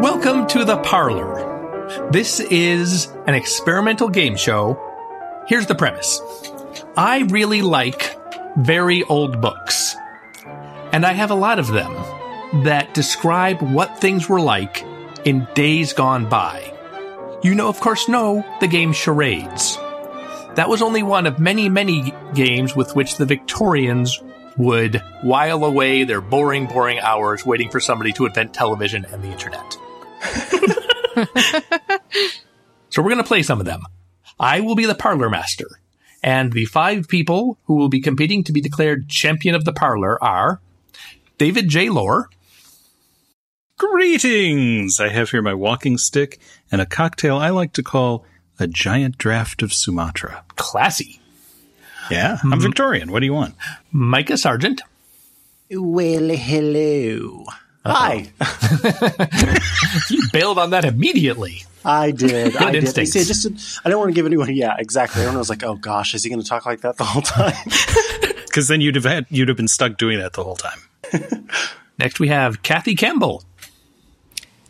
Welcome to the parlor. This is an experimental game show. Here's the premise I really like very old books, and I have a lot of them that describe what things were like in days gone by. You know, of course, know the game charades. That was only one of many, many games with which the Victorians would while away their boring, boring hours waiting for somebody to invent television and the internet. so we're going to play some of them. I will be the parlor master, and the five people who will be competing to be declared champion of the parlor are David J. Lore, Greetings! I have here my walking stick and a cocktail I like to call a giant draft of Sumatra. classy, Yeah, I'm Victorian. What do you want? Micah Sargent, Well, hello. Hi. you bailed on that immediately. I did. I did. instincts. See, I just, I don't want to give anyone. Yeah, exactly. Everyone was like, "Oh gosh, is he going to talk like that the whole time?" Because then you'd have had you'd have been stuck doing that the whole time. Next, we have Kathy Campbell.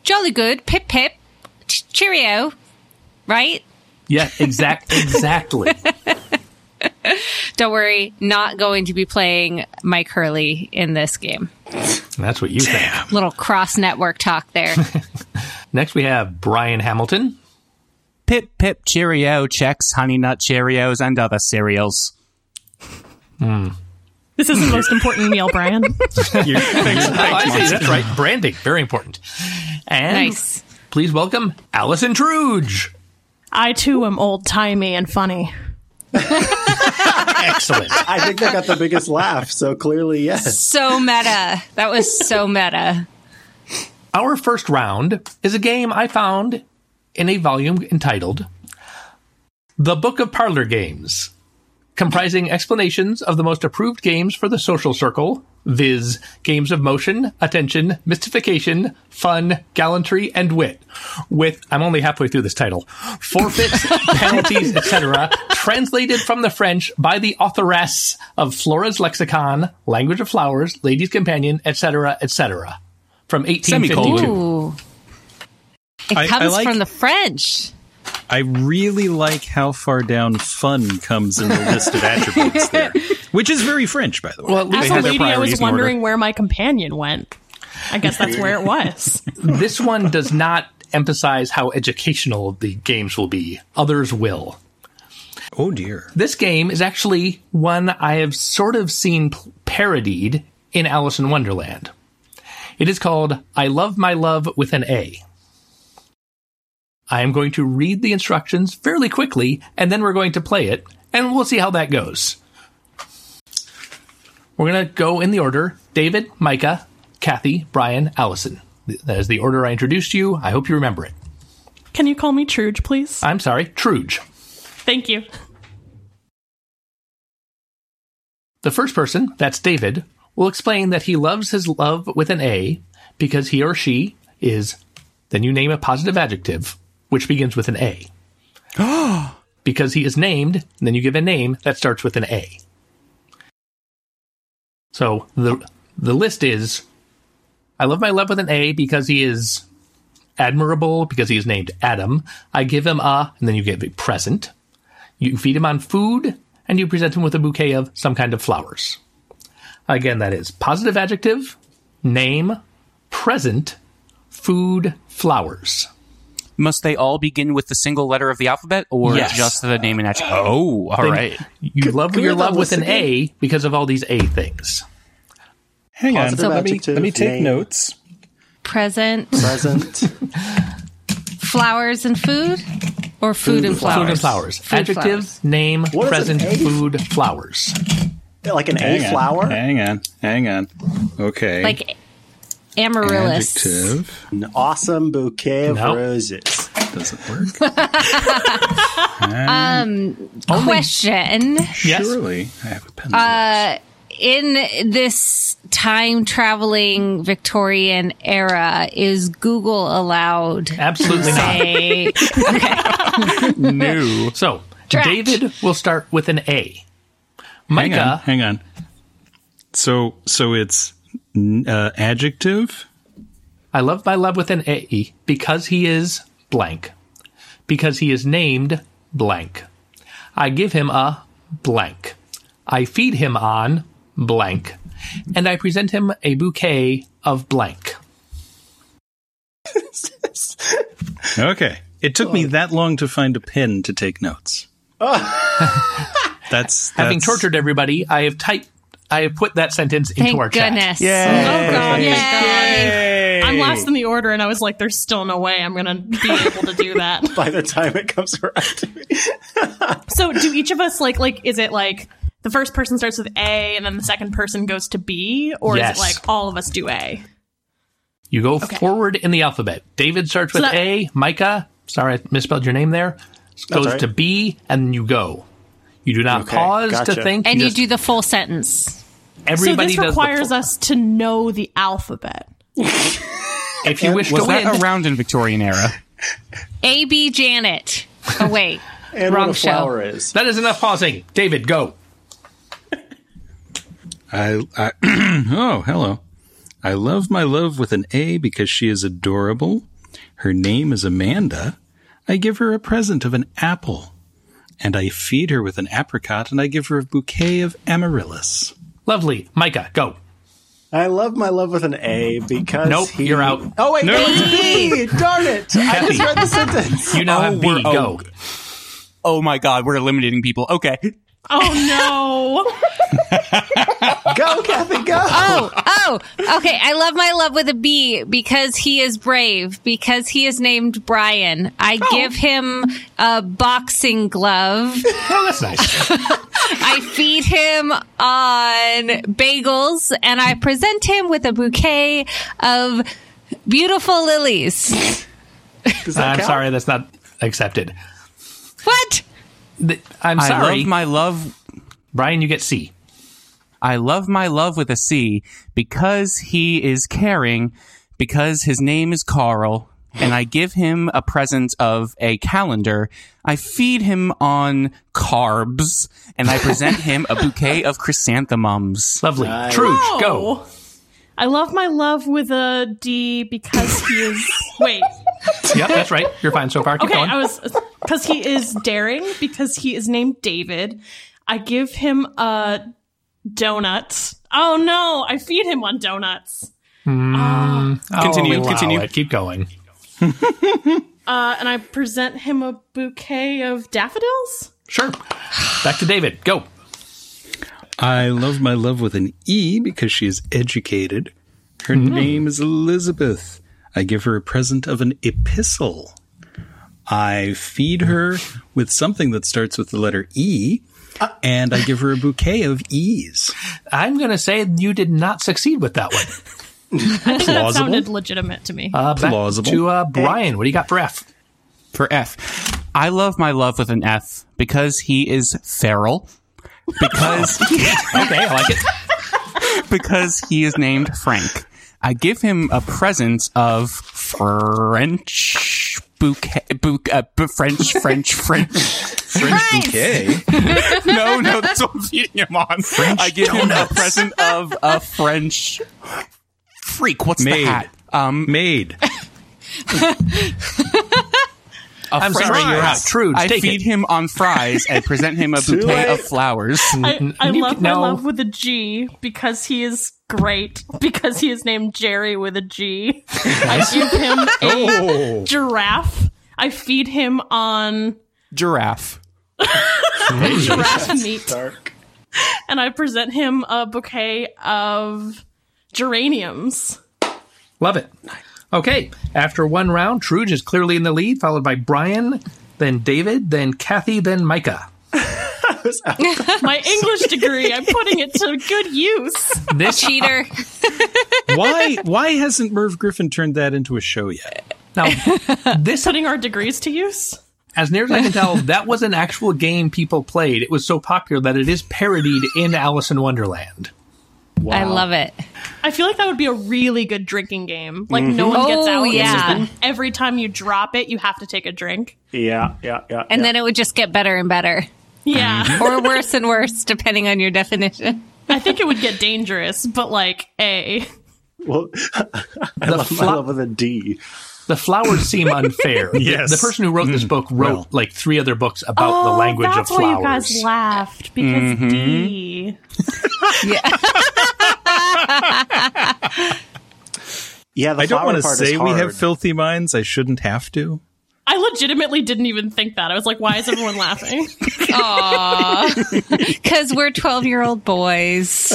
Jolly good. Pip pip. Ch- cheerio. Right? Yeah, exact, exactly. Don't worry, not going to be playing Mike Hurley in this game. That's what you think. Little cross network talk there. Next, we have Brian Hamilton. Pip Pip Cheerio checks Honey Nut Cheerios and other cereals. This is the most important meal, Brian. You- thanks, Oh, I thanks, see. Mark. That's right. Branding, very important. And nice. please welcome Allison Truge. I too am old timey and funny. Excellent. I think they got the biggest laugh. So clearly, yes. So meta. That was so meta. Our first round is a game I found in a volume entitled The Book of Parlor Games, comprising explanations of the most approved games for the social circle, viz., games of motion, attention, mystification, fun, gallantry, and wit. With, I'm only halfway through this title, forfeits, penalties, etc., translated from the French by the authoress of Flora's Lexicon, Language of Flowers, Lady's Companion, etc., etc., from 1852. Ooh. It I- I comes like- from the French. I really like how far down fun comes in the list of attributes there, which is very French, by the way. Well, at least As they a had their lady, I priorities was in order. wondering where my companion went. I guess that's where it was. This one does not emphasize how educational the games will be. Others will. oh dear. This game is actually one I have sort of seen p- parodied in Alice in Wonderland. It is called I Love My Love with an A. I am going to read the instructions fairly quickly, and then we're going to play it, and we'll see how that goes. We're going to go in the order David, Micah, Kathy, Brian, Allison. Th- That is the order I introduced you. I hope you remember it. Can you call me Truge, please? I'm sorry, Truge. Thank you. The first person, that's David, will explain that he loves his love with an A because he or she is, then you name a positive adjective which begins with an A. because he is named, then you give a name that starts with an A. So the the list is I love my love with an A because he is admirable because he is named Adam. I give him a and then you give a present. You feed him on food, and you present him with a bouquet of some kind of flowers. Again, that is positive adjective, name, present, food, flowers. Must they all begin with the single letter of the alphabet or Yes. just the name and attribute? Oh, all right. You love can we your have that love with list an A because of all these A things. Hang on. Positive Let me, adjective, let me take name. notes. Present, Present. flowers, and food? Or food, and flowers? Food and flowers. Food, Adjective, flowers. name, What is present, an A? food, flowers. like an A Hang on, flower. Hang on. Hang on. Okay. Like amaryllis. Adjective. An awesome bouquet of No. roses. Doesn't work. Question. Yes. Surely I have a pencil. in this time traveling Victorian era, is Google allowed? Absolutely to not. say- New. So, Draft. David will start with an A. Micah, Hang on. Hang on. So so it's n- uh, adjective. I love my love with an A because he is blank. Because he is named blank. I give him a blank. I feed him on blank. And I present him a bouquet of blank. Okay. It took me that long to find a pen to take notes. that's, that's Having tortured everybody, I have typed I have put that sentence into our Thank chat. goodness. Oh god, Yay. thank god. I'm last in the order, and I was like, "There's still no way I'm gonna be able to do that." by the time it comes around to me. so, do each of us like like is it like the first person starts with A, and then the second person goes to B, or Yes. is it like all of us do A? You go forward in the alphabet. David starts with that- A, Micah, sorry I misspelled your name there, goes all right. to B, and you go. You do not Okay, pause gotcha. to think. And you just- do the full sentence. everybody so this does requires the, us to know the alphabet. if you wish to Was win. that around in Victorian era? A B Janet. Oh wait. And Wrong what a show. flower is. That is enough pausing. David, go. I, I oh hello. I love my love with an A because she is adorable. Her name is Amanda. I give her a present of an apple, and I feed her with an apricot, and I give her a bouquet of amaryllis. Lovely. Micah, go. I love my love with an A because Nope, he- you're out. Oh wait, No. no, it's B. Darn it! I just read the sentence. You now Oh, have B. we're- oh, Go. Oh my god, we're eliminating people. Okay. Oh no! Go, Kathy, go. Oh, oh, okay. I love my love with a B because he is brave, because he is named Brian. I give him a boxing glove. Oh, that's nice. I feed him on bagels and I present him with a bouquet of beautiful lilies. Does that I'm count? sorry, that's not accepted. What? Th- I'm I sorry. love my love Brian, you get C. I love my love with a C because he is caring, because his name is Carl, and I give him a present of a calendar. I feed him on carbs, and I present him a bouquet of chrysanthemums. Lovely. Nice. True. Oh. Go. I love my love with a D because he is. Wait. Yep, that's right. You're fine so far. Keep Okay, going. I was because he is daring because he is named David. I give him uh donuts. Oh no, I feed him on donuts. Continue, allow continue. it. Keep going. Uh, and I present him a bouquet of daffodils. Sure. Back to David. Go. I love my love with an E because she is educated. Her Mm-hmm. name is Elizabeth. I give her a present of an epistle. I feed her with something that starts with the letter E, and I give her a bouquet of E's. I'm going to say you did not succeed with that one. I think that Plausible. sounded legitimate to me. Uh, back Plausible. to uh, Brian. What do you got for F? For F, I love my love with an F because he is feral, because Okay, I like it. because he is named Frank. I give him a present of French bouquet, bou- uh, bu- French, French, French. Bouquet. no, no, that's what I'm feeding him on. I give him a present of a French freak. What's Maid. the hat? Um, Made. a I'm French sorry, you're out. True, I take feed it. him on fries and present him a bouquet of flowers. I, I you love can- my no. love with a G because he is great because he is named Jerry with a G. I give him a Oh. giraffe. I feed him on Giraffe. giraffe meat. Dark. and I present him a bouquet of geraniums. Love it. Okay. After one round, Truge is clearly in the lead, followed by Brian, then David, then Kathy, then Micah. My English degree, I'm putting it to good use. This Cheater. Why? Why hasn't Merv Griffin turned that into a show yet? now, this Putting our degrees to use. as near as I can tell, that was an actual game people played. It was so popular that it is parodied in Alice in Wonderland. I love it. I feel like that would be a really good drinking game. Like no one gets Oh, out. It's just yeah. that every time you drop it, you have to take a drink. Yeah, yeah, yeah. And yeah. then it would just get better and better. Yeah. Or worse and worse, depending on your definition. I think it would get dangerous, but like a Well, I love my fla- love with a D. The flowers seem unfair. Yes. The person who wrote this book wrote Well. like three other books about the Oh, language that's of why flowers. Mm-hmm. you guys laughed because D. Yeah, the I don't flower want to part is say we have hard. filthy minds. I shouldn't have to. I legitimately didn't even think that. I was like, why is everyone laughing? Because we're 12 year old boys.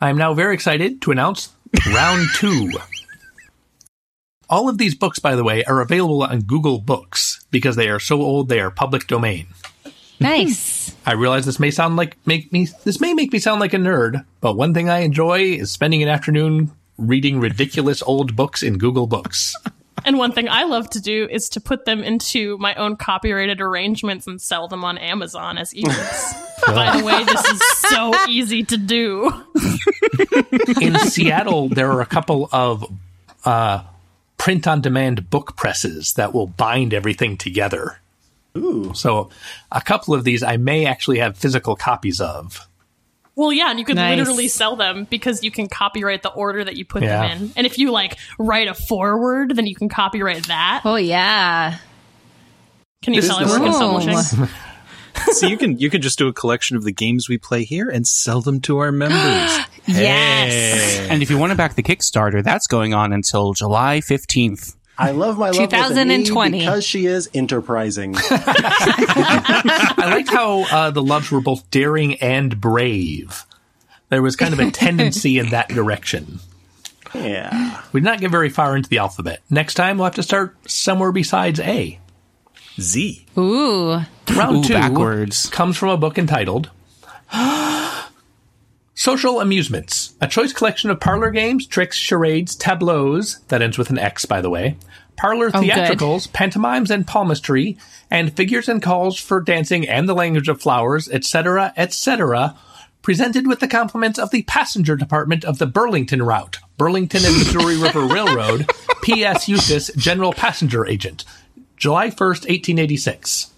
I'm now very excited to announce round two. All of these books, by the way, are available on Google Books because they are so old they are public domain. Nice. I realize this may sound like make me this may make me sound like a nerd, but one thing I enjoy is spending an afternoon reading ridiculous old books in Google Books. and one thing I love to do is to put them into my own copyrighted arrangements and sell them on Amazon as ebooks. By the way, this is so easy to do. in Seattle, there are a couple of uh, print on demand book presses that will bind everything together. Ooh. So, a couple of these I may actually have physical copies of. Well, yeah, and you could Nice. literally sell them because you can copyright the order that you put Yeah. them in. And if you like write a foreword, then you can copyright that. Oh, yeah. Can you This tell I is work in awesome. publishing? so you can you can just do a collection of the games we play here and sell them to our members. Yes. Hey. And if you want to back the Kickstarter, that's going on until July 15th. I love my love with an E 2020. because she is enterprising. I liked how uh, the loves were both daring and brave. There was kind of a tendency in that direction. yeah, We did not get very far into the alphabet. Next time, we'll have to start somewhere besides A. Z. Ooh. Round Ooh, two backwards. comes from a book entitled Social Amusements, a choice collection of parlor games, tricks, charades, tableaus, that ends with an X, by the way, parlor good. theatricals, pantomimes and palmistry, and figures and calls for dancing and the language of flowers, etc., etc., presented with the compliments of the passenger department of the Burlington route, Burlington and Missouri River Railroad, P.S. Eustace, General Passenger Agent, July 1st, 1886.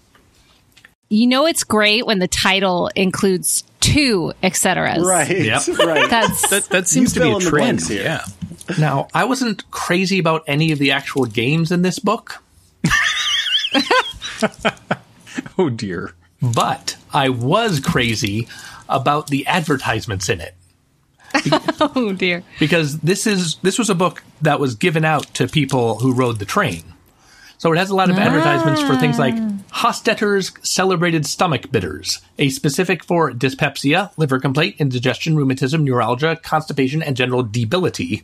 You know, it's great when the title includes two et ceteras. right, Yep. right. That's That that seems to be fill a in the trend. blanks here. Yeah. Now, I wasn't crazy about any of the actual games in this book, Oh dear. but I was crazy about the advertisements in it oh dear. because this is this was a book that was given out to people who rode the train. So it has a lot of advertisements for things like Hostetter's celebrated stomach bitters, a specific for dyspepsia, liver complaint, indigestion, rheumatism, neuralgia, constipation, and general debility,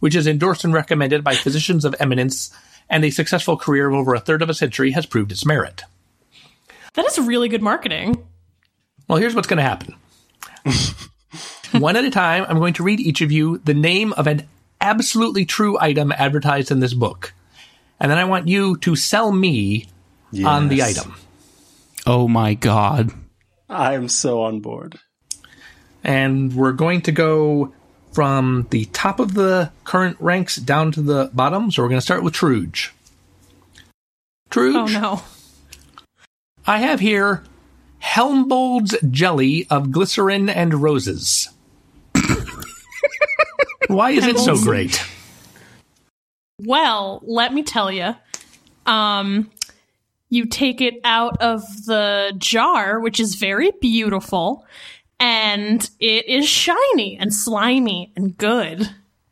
which is endorsed and recommended by physicians of eminence, and a successful career of over a third of a century has proved its merit. That is really good marketing. Well, here's what's going to happen. One at a time, I'm going to read each of you the name of an absolutely true item advertised in this book. And then I want you to sell me on the item. Oh my God. I'm so on board. And we're going to go from the top of the current ranks down to the bottom. So we're going to start with Truge. Truge, Oh no. I have here Helmbold's jelly of glycerin and roses. Why is it so Helmbold's- great? Well, let me tell you. Um, you take it out of the jar, which is very beautiful, and it is shiny and slimy and good.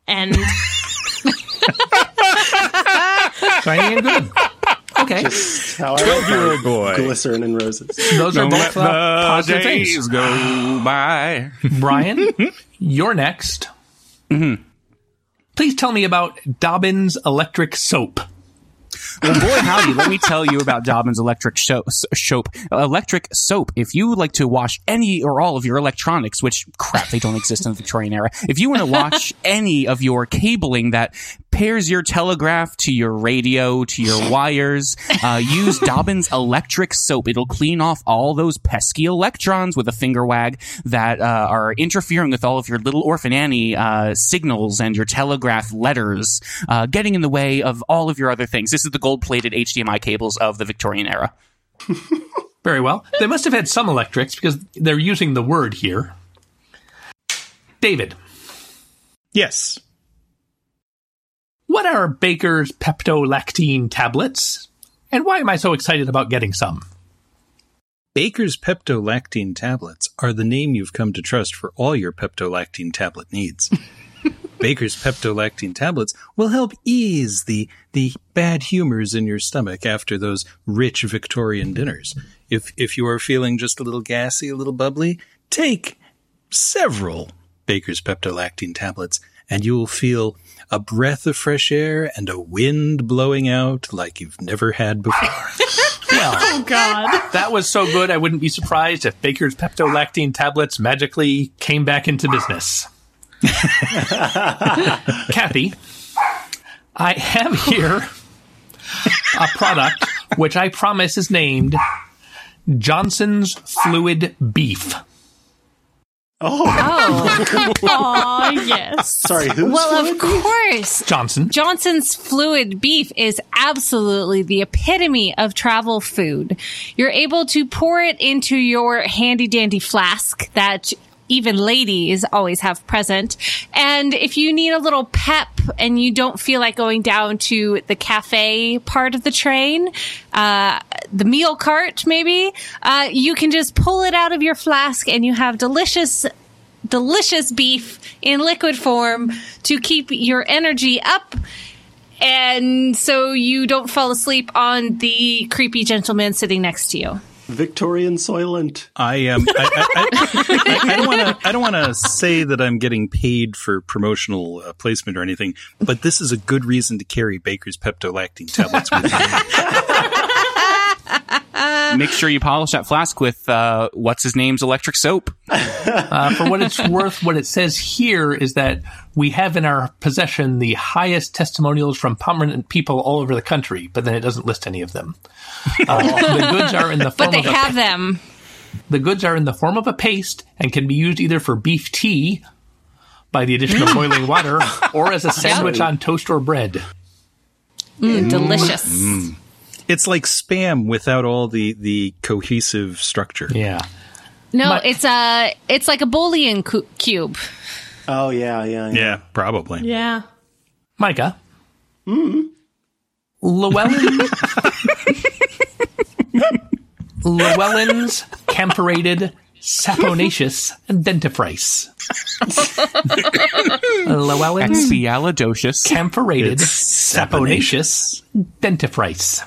And Shiny and good. Okay, Twelve You're a boy. glycerin and roses. those are both uh, positive things. go by. Brian, you're next. Please tell me about Dobbin's electric soap. Well, boy, howdy, let me tell you about Dobbin's electric so- so- soap. Electric soap. If you would like to wash any or all of your electronics, which crap, they don't exist in the Victorian era. If you want to wash any of your cabling that pairs your telegraph to your radio, to your wires, uh, use Dobbin's electric soap. It'll clean off all those pesky electrons with a finger wag that uh, are interfering with all of your little orphan Annie uh, signals and your telegraph letters, uh, getting in the way of all of your other things. This is the gold plated HDMI cables of the Victorian era. Very well. They must have had some electrics because they're using the word here. David, Yes. What are Baker's peptolactine tablets? And why am I so excited about getting some? Baker's peptolactine tablets are the name you've come to trust for all your peptolactine tablet needs. Baker's peptolactine tablets will help ease the the bad humors in your stomach after those rich Victorian dinners. If if you are feeling just a little gassy, a little bubbly, take several Baker's peptolactine tablets and you will feel a breath of fresh air and a wind blowing out like you've never had before. Well, God. that was so good, I wouldn't be surprised if Baker's peptolactine tablets magically came back into business. Kathy, I have here a product which I promise is named Johnson's Fluid Beef. Oh, Aw, yes. Sorry, who's well, fluid? of course. Johnson. Johnson's fluid beef is absolutely the epitome of travel food. You're able to pour it into your handy dandy flask that even ladies always have present. And if you need a little pep and you don't feel like going down to the cafe part of the train, uh, the meal cart maybe, uh, you can just pull it out of your flask and you have delicious delicious beef in liquid form to keep your energy up and so you don't fall asleep on the creepy gentleman sitting next to you. Victorian Soylent. I um, I, I, I, I don't want to. I don't want to say that I'm getting paid for promotional uh, placement or anything, but this is a good reason to carry Baker's peptolactine tablets with you. Make sure you polish that flask with uh, what's his name's electric soap. Uh, for what it's worth, what it says here is that we have in our possession the highest testimonials from prominent people all over the country, but then it doesn't list any of them. Uh, the goods are in the form But they of a have them. The goods are in the form of a paste and can be used either for beef tea by the addition of boiling water or as a sandwich on toast or bread. Mm, delicious. It's like spam without all the the cohesive structure. Yeah. No, My- it's a it's like a boolean cu- cube. Oh yeah, yeah, yeah. Yeah, probably. Yeah. Micah. Hmm. Llewellyn. Llewellyn's camphorated saponaceous dentifrice. Llewellyn's Expialidocious. camphorated It's saponaceous dentifrice.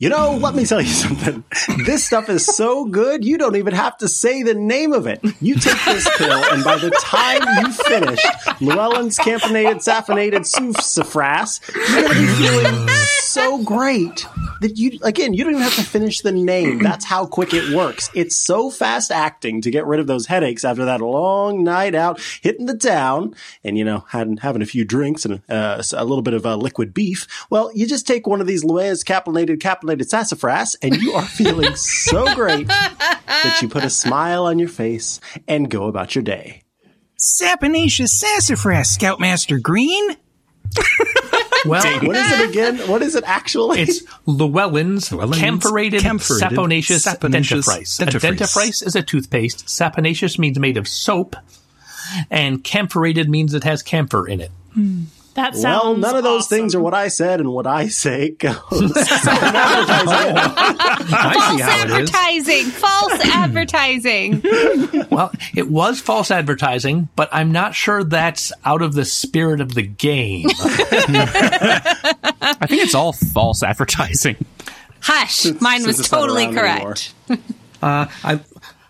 You know, let me tell you something. This stuff is so good, you don't even have to say the name of it. You take this pill, and by the time you finish Llewellyn's camphonated, saffinated soufsafras, you're going to be feeling so great that you, again, you don't even have to finish the name. That's how quick it works. It's so fast acting to get rid of those headaches after that long night out hitting the town and, you know, had, having a few drinks and uh, a little bit of uh, liquid beef. Well, you just take one of these Llewellyn's caplanated, caplanated sassafras and you are feeling so great that you put a smile on your face and go about your day. Saponaceous sassafras, Scoutmaster Green. Well, What is it again? What is it actually? It's Llewellyn's, Llewellyn's camphorated, camphorated saponaceous, saponaceous dentifrice. dentifrice. A dentifrice is a toothpaste. Saponaceous means made of soap, and camphorated means it has camphor in it. That sounds well, none of those awesome. things are what I said, and what I say goes. I False advertising. False advertising. Well, it was false advertising, but I'm not sure that's out of the spirit of the game. I think it's all false advertising. Hush. Mine was it's not totally around correct. I,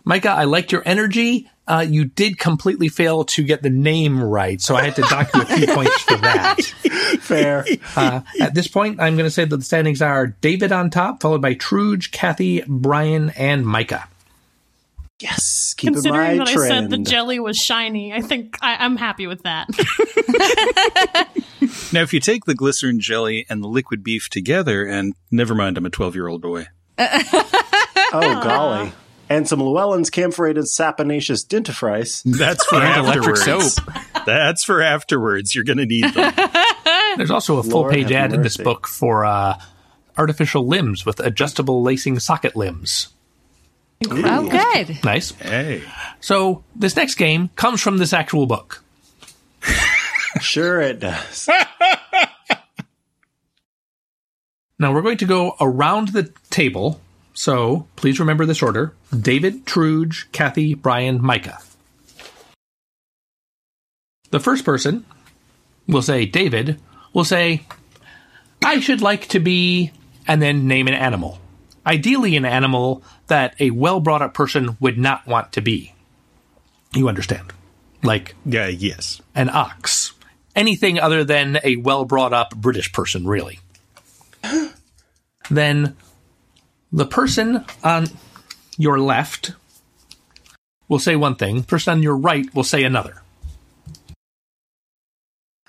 Micah, I liked your energy. Uh, you did completely fail to get the name right, so I had to dock you a few points for that. Fair. Uh, at this point, I'm going to say that the standings are David on top, followed by Truge, Kathy, Brian, and Micah. Yes. Keep in Considering mind that I said trend. the jelly was shiny, I think I, I'm happy with that. Now, if you take the glycerin jelly and the liquid beef together, and never mind, I'm a 12 year old boy. oh, golly. And some Llewellyn's camphorated saponaceous dentifrice. That's for And electric afterwards. That's for afterwards. You're going to need them. There's also a full page Eh. have ad in this mercy. book for uh, artificial limbs with adjustable lacing socket limbs. Oh, good. Nice. Hey. So this next game comes from this actual book. Sure, it does. Now we're going to go around the table. So please remember this order David, Truge, Kathy, Brian, Micah. The first person will say, David will say, I should like to be, and then name an animal. Ideally, an animal that a well brought up person would not want to be. You understand? Like Yeah, yes. an ox. Anything other than a well brought up British person, really. then the person on your left will say one thing, person on your right will say another.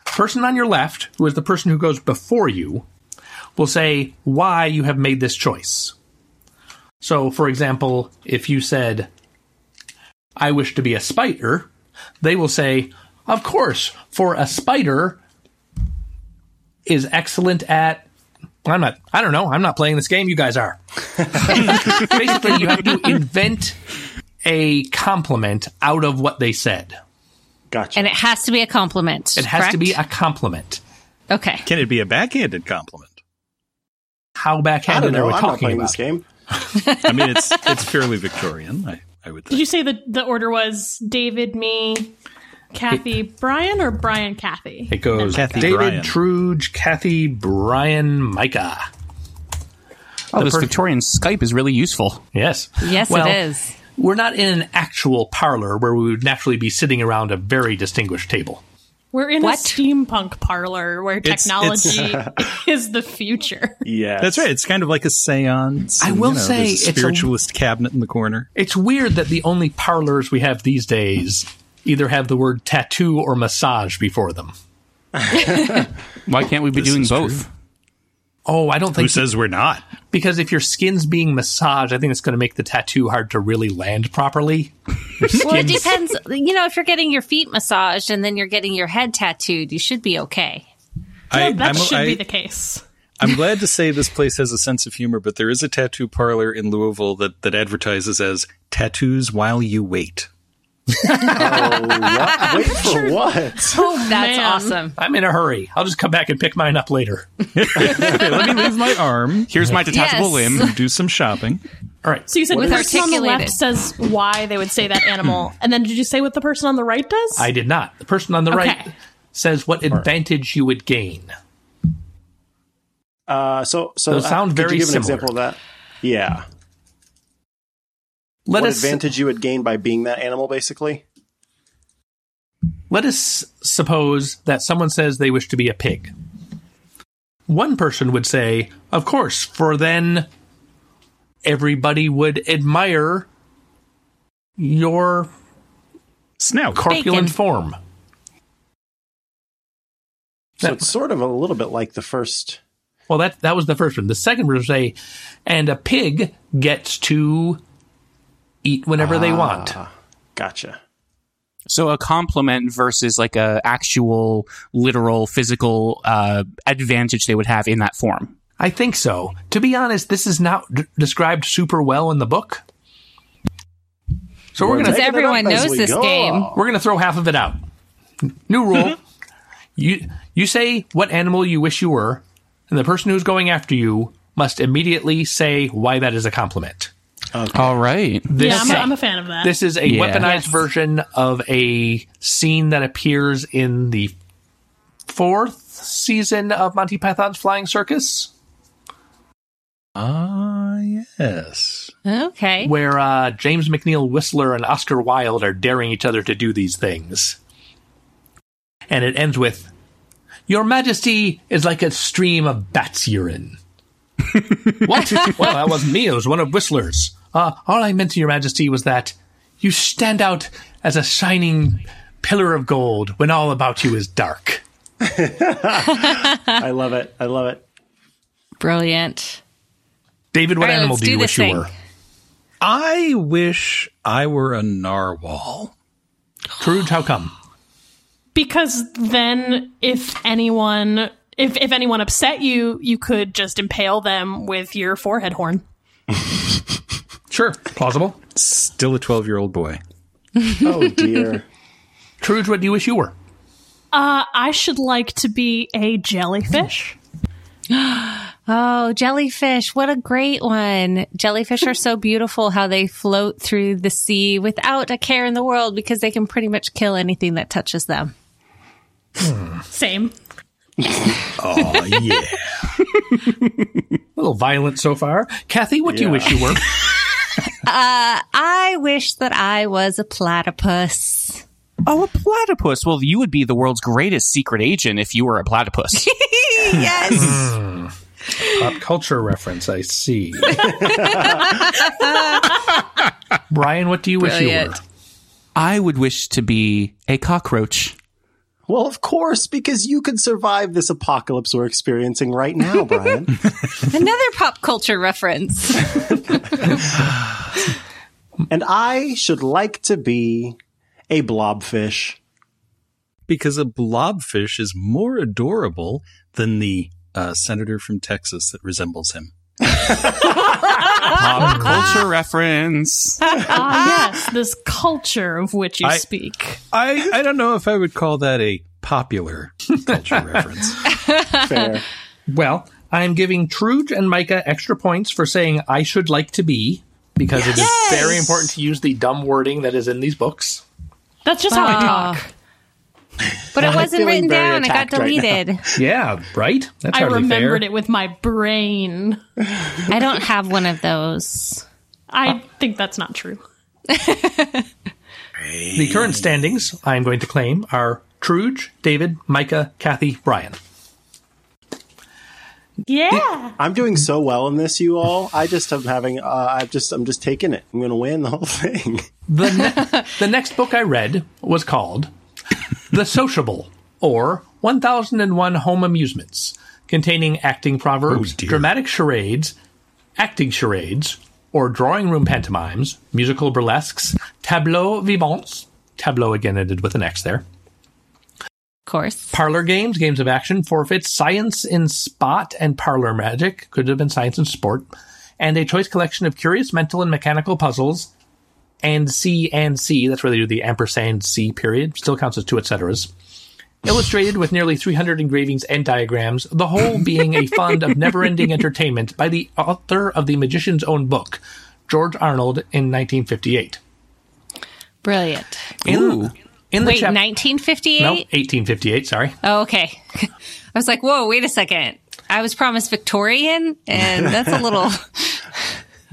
Person on your left, who is the person who goes before you, will say why you have made this choice. So, for example, if you said, I wish to be a spider, they will say, of course, for a spider is excellent at. I'm not. I don't know. I'm not playing this game. You guys are. Basically, you have to invent a compliment out of what they said. Gotcha. And it has to be a compliment. It has to be correct? a compliment. okay. Can it be a backhanded compliment? How I backhanded don't are know. we I'm not talking playing about? this game. I mean, it's it's fairly Victorian. I, I would Did think. you say that the order was David, me, Kathy, Brian, or Brian, Kathy? It goes Kathy David Bryan. Truge, Kathy Bryan, Micah. Oh, this per- Victorian Skype is really useful. Yes. Yes, Well, it is. We're not in an actual parlor where we would naturally be sitting around a very distinguished table. We're in What? a steampunk parlor where It's- it's- technology is the future. Yeah, That's right. It's kind of like a séance. I and, will you know, say there's it's a a- spiritualist cabinet in the corner. It's weird that the only parlors we have these days either have the word tattoo or massage before them. Why can't we be This doing is true. both? Oh, I don't Who think says we're not? because if your skin's being massaged, I think it's going to make the tattoo hard to really land properly. Well, it depends. You know, if you're getting your feet massaged and then you're getting your head tattooed, you should be okay. I, that I'm, should I, be the case. I'm glad to say this place has a sense of humor, but there is a tattoo parlor in Louisville that, that advertises as tattoos while you wait. Oh, what? Wait for what? Oh, that's man. awesome. I'm in a hurry. I'll just come back and pick mine up later. Okay, let me leave my arm, Here's my detachable Yes. limb. do some shopping. All right. So you said With the person on the articulated. left says why they would say that Hmm. animal, and then did you say what the person on the right does? I did not. The person on the right Okay. says what advantage you would gain. Uh, so, so Those uh, sound could very you give similar. an example of that. Yeah. Let what us advantage you would gain by being that animal, basically? Let us suppose that someone says they wish to be a pig. One person would say, of course, for then everybody would admire your Snout. corpulent form. So That- it's sort of a little bit like the first. well, that that was the first one. The second person would say, and a pig gets to eat whenever they want. uh, Gotcha. So a compliment versus like a actual literal physical uh, advantage they would have in that form. I think so. To be honest, this is not d- described super well in the book. So we're going Making to it up everyone as knows we this go game. along. we're going to throw half of it out. New rule. Mm-hmm. you you say what animal you wish you were, and the person who's going after you must immediately say why that is a compliment. All right. This yeah, I'm a, I'm a fan of that. this is a Yeah. weaponized Yes. version of a scene that appears in the fourth season of Monty Python's Flying Circus. Ah, yes. Okay. where uh, James McNeil Whistler and Oscar Wilde are daring each other to do these things. And it ends with Your Majesty is like a stream of bat's urine. what? well, that wasn't me, it was one of Whistler's. Uh, all I meant to Your Majesty was that you stand out as a shining pillar of gold when all about you is dark. I love it. I love it. Brilliant. David, what All right, animal let's do do you this wish thing. you were? I wish I were a narwhal. Crude, how come? because then if anyone if if anyone upset you, you could just impale them with your forehead horn. Sure, plausible. Still a 12 year old boy. Oh dear. Truge, what do you wish you were? Uh, I should like to be a jellyfish. Oh, jellyfish. What a great one. Jellyfish are so beautiful how they float through the sea without a care in the world because they can pretty much kill anything that touches them. Same. Oh, yeah. A little violent so far. Kathy, what do you Yeah. wish you were? I wish that I was a platypus. Oh, a platypus. Well, you would be the world's greatest secret agent if you were a platypus. yes. Pop culture reference, I see. Brian, what do you wish you Brilliant. were? I would wish to be a cockroach. Well, of course, because you could survive this apocalypse we're experiencing right now, Brian. Another pop culture reference. and I should like to be a blobfish. Because a blobfish is more adorable than the uh, senator from Texas that resembles him. Pop culture reference. Ah, yes, this culture of which you I- speak. I, I don't know if I would call that a popular culture reference. Fair. Well, I am giving Truge and Micah extra points for saying I should like to be because it is very important to use the dumb wording that is in these books. That's just how I talk. But it wasn't feeling written very down. It got attacked right now. deleted. Yeah, right? That's I hardly remembered fair. it with my brain. I don't have one of those. I think that's not true. The current standings, I am going to claim, are Truge, David, Micah, Kathy, Brian. Yeah. I'm doing so well in this, you all. I just am having. Uh, I just. I'm just taking it. I'm going to win the whole thing. The, ne- the next book I read was called The Sociable, or 1001 Home Amusements, containing acting proverbs, Oh, dear. dramatic charades, acting charades, or drawing room pantomimes, musical burlesques, tableaux vivants, tableau again ended with an X there, Of course. parlor games, games of action, forfeits, science in spot and parlor magic, could have been science and sport, and a choice collection of curious mental and mechanical puzzles, and C and C, that's where they do the ampersand C period, still counts as two et ceteras. Illustrated with nearly 300 engravings and diagrams, the whole being a fund of never ending entertainment by the author of the magician's own book, George Arnold, in 1958. Brilliant. Ooh. In the Wait, chap- no, 1958? 1858, sorry. Oh, okay. I was like, whoa, wait a second. I was promised Victorian, and that's a little.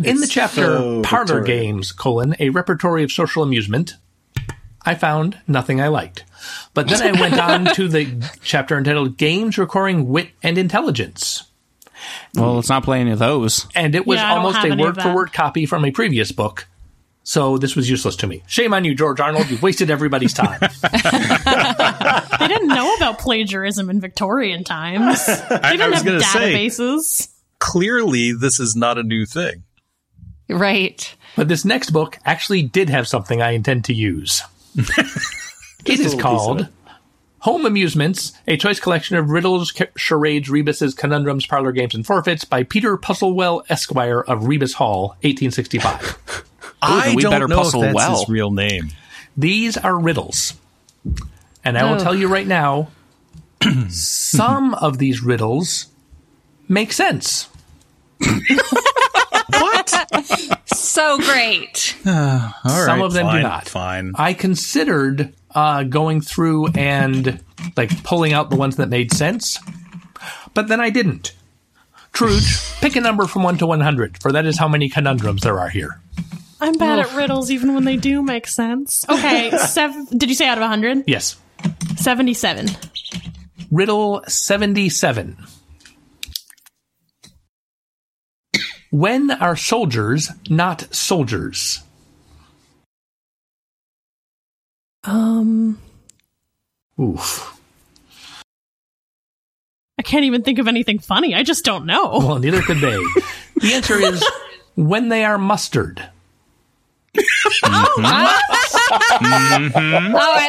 In the chapter so Parlor Victorian. Games, colon, a repertory of social amusement, I found nothing I liked. But then I went on to the chapter entitled Games Requiring Wit and Intelligence. Well, let's not play any of those. And it was Yeah, I don't almost have a any of word for word copy from a previous book. So this was useless to me. Shame on you, George Arnold. You've wasted everybody's time. They didn't know about plagiarism in Victorian times. They didn't was have gonna say- databases. Clearly, this is not a new thing. right. but this next book actually did have something I intend to use. it is piece of called it. Home Amusements, a choice collection of riddles, ca- charades, rebuses, conundrums, parlor games, and forfeits by Peter Puzzlewell Esquire of Rebus Hall, 1865. I then we don't better know if puzzle that's well. his real name. These are riddles. And I will Oh. tell you right now, some of these riddles make sense. So great. All Some right, of them do fine, not. Fine. I considered uh, going through and like pulling out the ones that made sense, but then I didn't. Truge, pick a number from one to one hundred, for that is how many conundrums there are here. I'm bad at riddles even when they do make sense. Okay, seven, did you say out of 100? Yes, 77. riddle seventy-seven. When are soldiers not soldiers? Um, Oof. I can't even think of anything funny. I just don't know. Well, neither could they. the answer is when they are mustered. Oh, I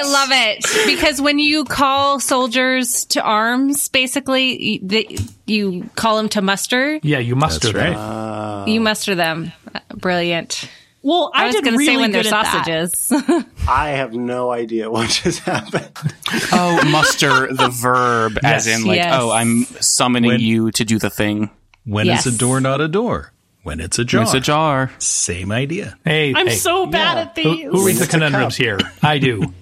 love it because when you call soldiers to arms, basically you, they, you call them to muster. Yeah, you muster That's right. them. You muster them. Uh, Brilliant. Well, I, I, was did going to really say when good they're at that. sausages. I have no idea what just happened. Oh, muster the verb as Yes. in like, Yes. oh, I'm summoning When- you to do the thing. When is Yes. a door not a door? When it's a jar. It's a jar. Same idea. Hey, I'm hey. so bad at Who, these. who reads the conundrums here? I do.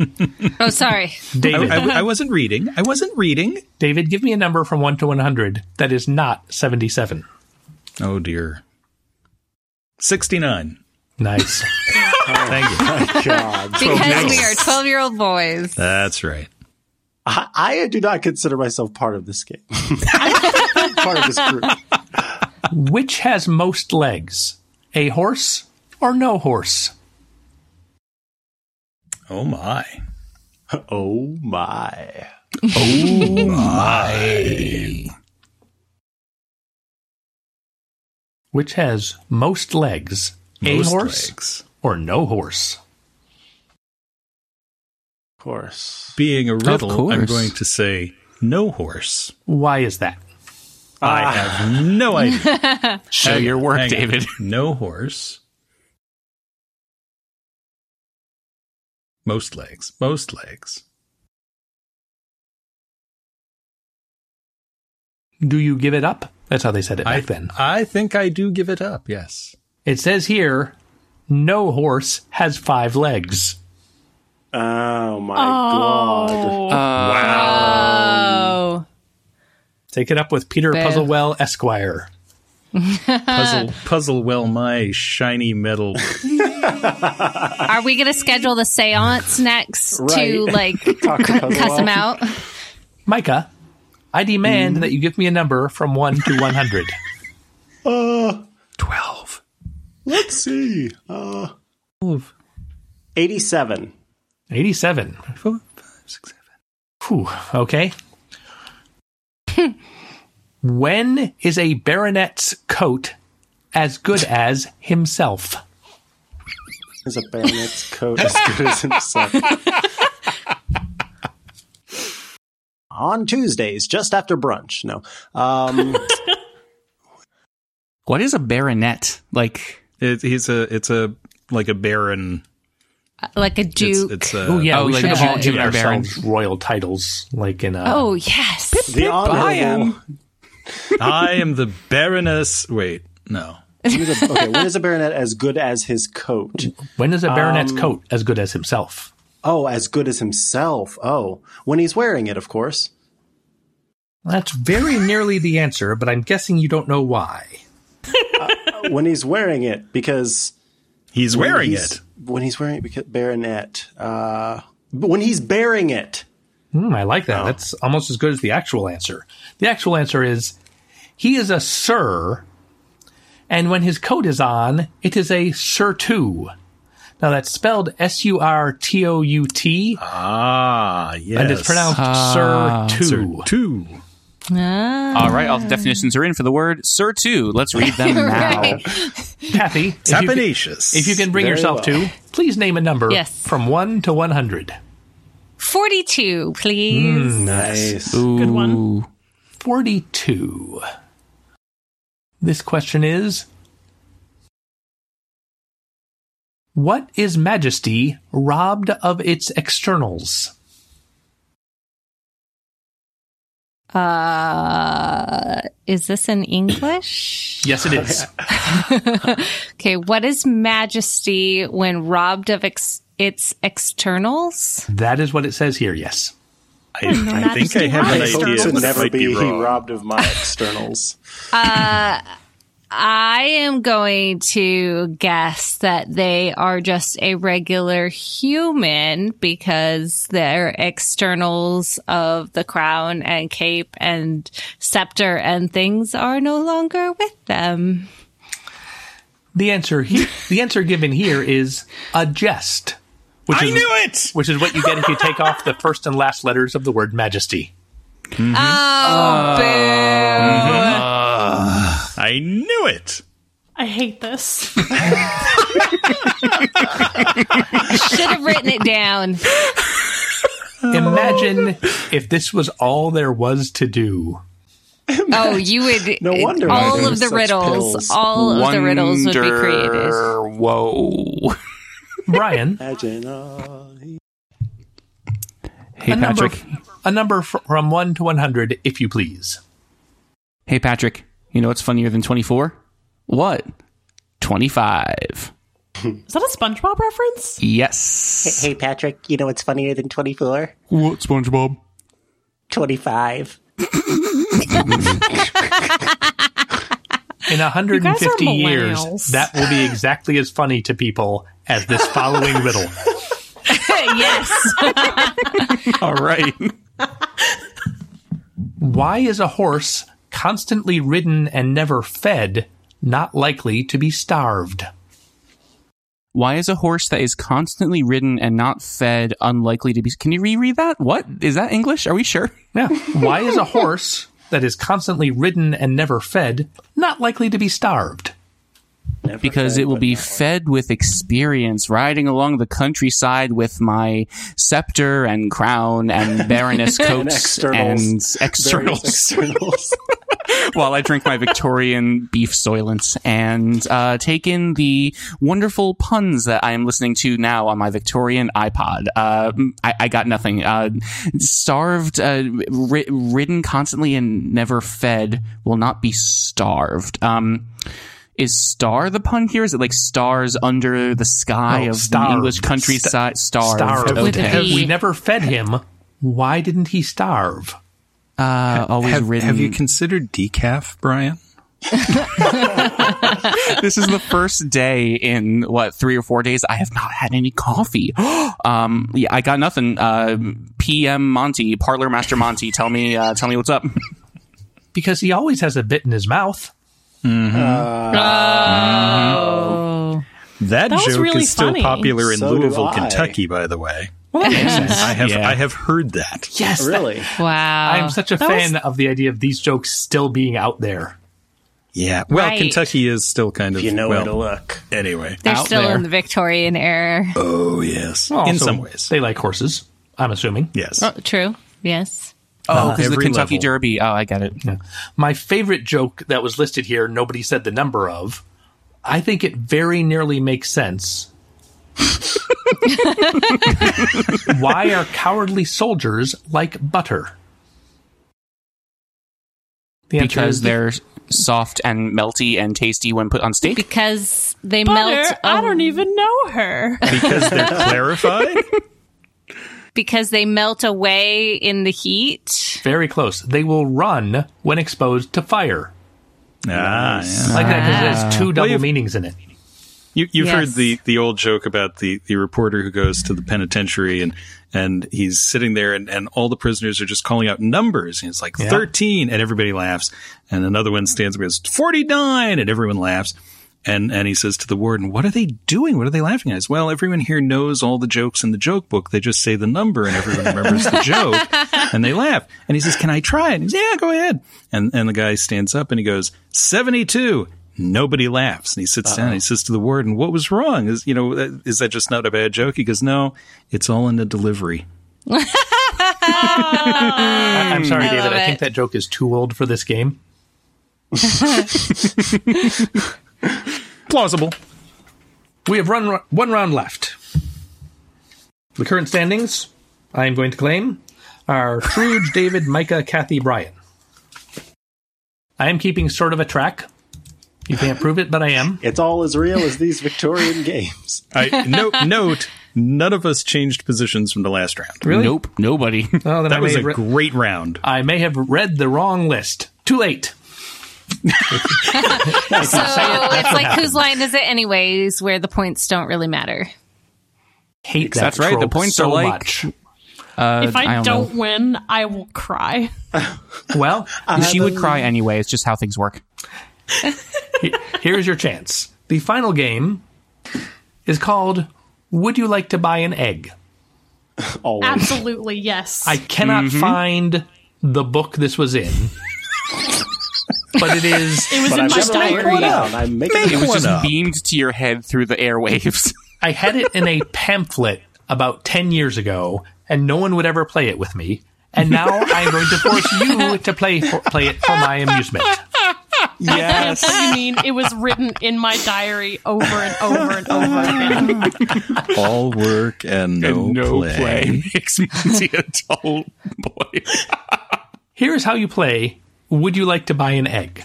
oh, sorry. I, David, I- I wasn't reading. I wasn't reading. David, give me a number from one to one hundred that is not seventy-seven. Oh dear. Sixty-nine. Nice. Thank you. God. Because we are 12 year old boys. That's right. I, I do not consider myself part of this game. part of this group. Which has most legs, a horse or no horse? Oh my. Oh my. Oh my. Which has most legs, Most a horse legs. or no horse? Of course. Being a riddle, I'm course. going to say no horse. Why is that? I have no idea. Show Hang your on, work, hang on. David. No horse. Most legs. Most legs. Do you give it up? That's how they said it back I, then. I think I do give it up. Yes. It says here, no horse has five legs. Oh my god. Uh, Oh, Oh. Take it up with Peter Boo. Puzzlewell Esquire. Puzzle, puzzle. Well, my shiny metal. Oh. Are we going to schedule the seance next to Right. like Talk about cuss well. them out? Micah, I Mm-hmm. demand that you give me a number from 1 to 100. Twelve. Uh, Let's see. Uh, 87. 87. Four, five, six, seven. Whew, okay. when is a baronet's coat as good as himself? There's a baronet's coat as good as himself. On Tuesdays, just after brunch. No. Um, What is a baronet? Like, It, he's a. It's a like a baron. Like a Duke. It's, it's uh, a. Oh, yeah, Oh, we like should have Ju- all given Junior Baron. ourselves royal titles, like in uh, a... oh, yes. the honorable. I am the Baroness. Wait, no. He's a- okay, when is a baronet as good as his coat? When is a baronet's Um, coat as good as himself? Oh, as good as himself. Oh, when he's wearing it, of course. That's very nearly the answer, but I'm guessing you don't know why. When he's wearing it, because He's when wearing he's- it. When he's wearing it, because baronet. Uh, but when he's bearing it. Hmm, I like that. That's almost as good as the actual answer. The actual answer is he is a sir, and when his coat is on, it is a surtout. Now that's spelled S U R T O U T, Ah, yes. and it's pronounced surtout. two. all right, all the definitions are in for the word surtout. Let's read them now. Right. Kathy, if you, can, Saponaceous. if you can bring Very yourself to, please name a number Yes. from one to one hundred. 42, please. Nice. good one. Ooh. 42. This question is What is majesty robbed of its externals? Uh, is this in English? Yes, it is. Okay, what is majesty when robbed of ex- its externals? that is what it says here, yes. I, I think I have an I hope idea. to but I never might be be, wrong. robbed of my externals. I am going to guess that they are just a regular human because their externals of the crown and cape and scepter and things are no longer with them. The answer he- the answer given here is a jest, which is it. which is what you get if you take off the first and last letters of the word majesty. Oh, boo. I knew it. I hate this. Should have written it down. Imagine if this was all there was to do. Oh, you would. No wonder why All there of was the such riddles, pills. all of the riddles would be created. Wonder- Whoa. Brian, Imagine uh, all he- Hey, a number, Patrick. a number fr- from 1 to 100, if you please. Hey, Patrick. You know what's funnier than 24? What? 25. Is that a SpongeBob reference? Yes. Hey, Patrick, you know what's funnier than 24? What, SpongeBob? 25. In guys are 150 millennials. years, that will be exactly as funny to people as this following riddle. yes. All right. Why is a horse constantly ridden and never fed not likely to be starved? Why is a horse that is constantly ridden and not fed unlikely to be? Can you reread that? What is that English? Are we sure? Yeah. Why is a horse that is constantly ridden and never fed not likely to be starved? Never Because fed, it will but be now- fed with experience, riding along the countryside with my scepter and crown and baroness coats externals. and various externals. externals. while I drink my Victorian beef soylent and uh, take in the wonderful puns that I am listening to now on my Victorian iPod. Uh, I, I got nothing. Uh, starved, uh, ri- ridden constantly and never fed will not be starved. Um, is star the pun here? Is it like stars under the sky Oh, No, of starved. the English countryside? starved. Starved. With a Okay. Have B. we never fed him? Why didn't he starve? Uh, always Have, ridden. have you considered decaf, Brian? this is the first day in what three or four days I have not had any coffee. um, yeah, I got nothing. Uh, PM Monty, Parlor Master Monty, tell me, uh, tell me what's up. Because he always has a bit in his mouth. Oh, That, That was joke really is still funny. popular in So do Louisville, I. Kentucky, by the way. I have I have heard that. Yes. really? Wow. Uh, I'm such a That fan was- of the idea of these jokes still being out there. Yeah. Well, Right. Kentucky is still kind of You know well, where to look. Anyway. They're out still there. in the Victorian era. Oh yes. in Also, some ways. They like horses, I'm assuming. yes. True. Yes. Oh, because the Uh, every Kentucky level. Derby. Oh, I get it. My favorite joke that was listed here, nobody said the number of. I think it very nearly makes sense. Why are cowardly soldiers like butter? The answer Because is the- they're soft and melty and tasty when put on steak. Because they Butter, melt. I a- don't even know her. Because they're clarified. Because they melt away in the heat. very close. They will run when exposed to fire. Ah, yeah. Like that because it has two double Ah. you've- meanings in it. You, you've Yes. heard the, the old joke about the, the reporter who goes to the penitentiary and, and he's sitting there and, and all the prisoners are just calling out numbers. And it's like 13 and everybody laughs. And another one stands up and goes, 49 and everyone laughs. And, and he says to the warden, what are they doing? What are they laughing at? He says, Well, everyone here knows all the jokes in the joke book. They just say the number and everyone remembers the joke and they laugh. And he says, can I try it? And he says, yeah, go ahead. And, and the guy stands up and he goes, 72. Nobody laughs. And he sits down and he says to the warden, What was wrong? Is, you know, uh, is that just not a bad joke? He goes, No, it's all in the delivery. I- I'm sorry, David. love I think it. that joke is too old for this game. Plausible. We have run one round left. The current standings, I am going to claim, are Scrooge, David, Micah, Kathy, Brian. I am keeping sort of a track. You can't prove it, but I am. It's all as real as these Victorian games. I, no, note, none of us changed positions from the last round. Really? Nope, nobody. Oh, then I, That may was a have re- great round. I may have read the wrong list. Too late. So it's like whose line is it anyways where the points don't really matter. Hate that. That's right, the trope points so are like- much. Uh, if I, don't know. don't win, I will cry. Well, she would cry anyway. It's just how things work. he- here's your chance. The final game is called "Would you like to buy an egg?" Always. Absolutely, yes. I cannot find the book this was in. but it is. It was But in I'm my just making diary. one up. I'm making Make it It was one just up. beamed to your head through the airwaves. I had it in a pamphlet about 10 years ago, and no one would ever play it with me. And now I'm going to force you to play for, play it for my amusement. That's what you mean. It was written in my diary over and over and over again. All work and no, play. makes me the adult boy. Here's how you play Would You Like to Buy an Egg?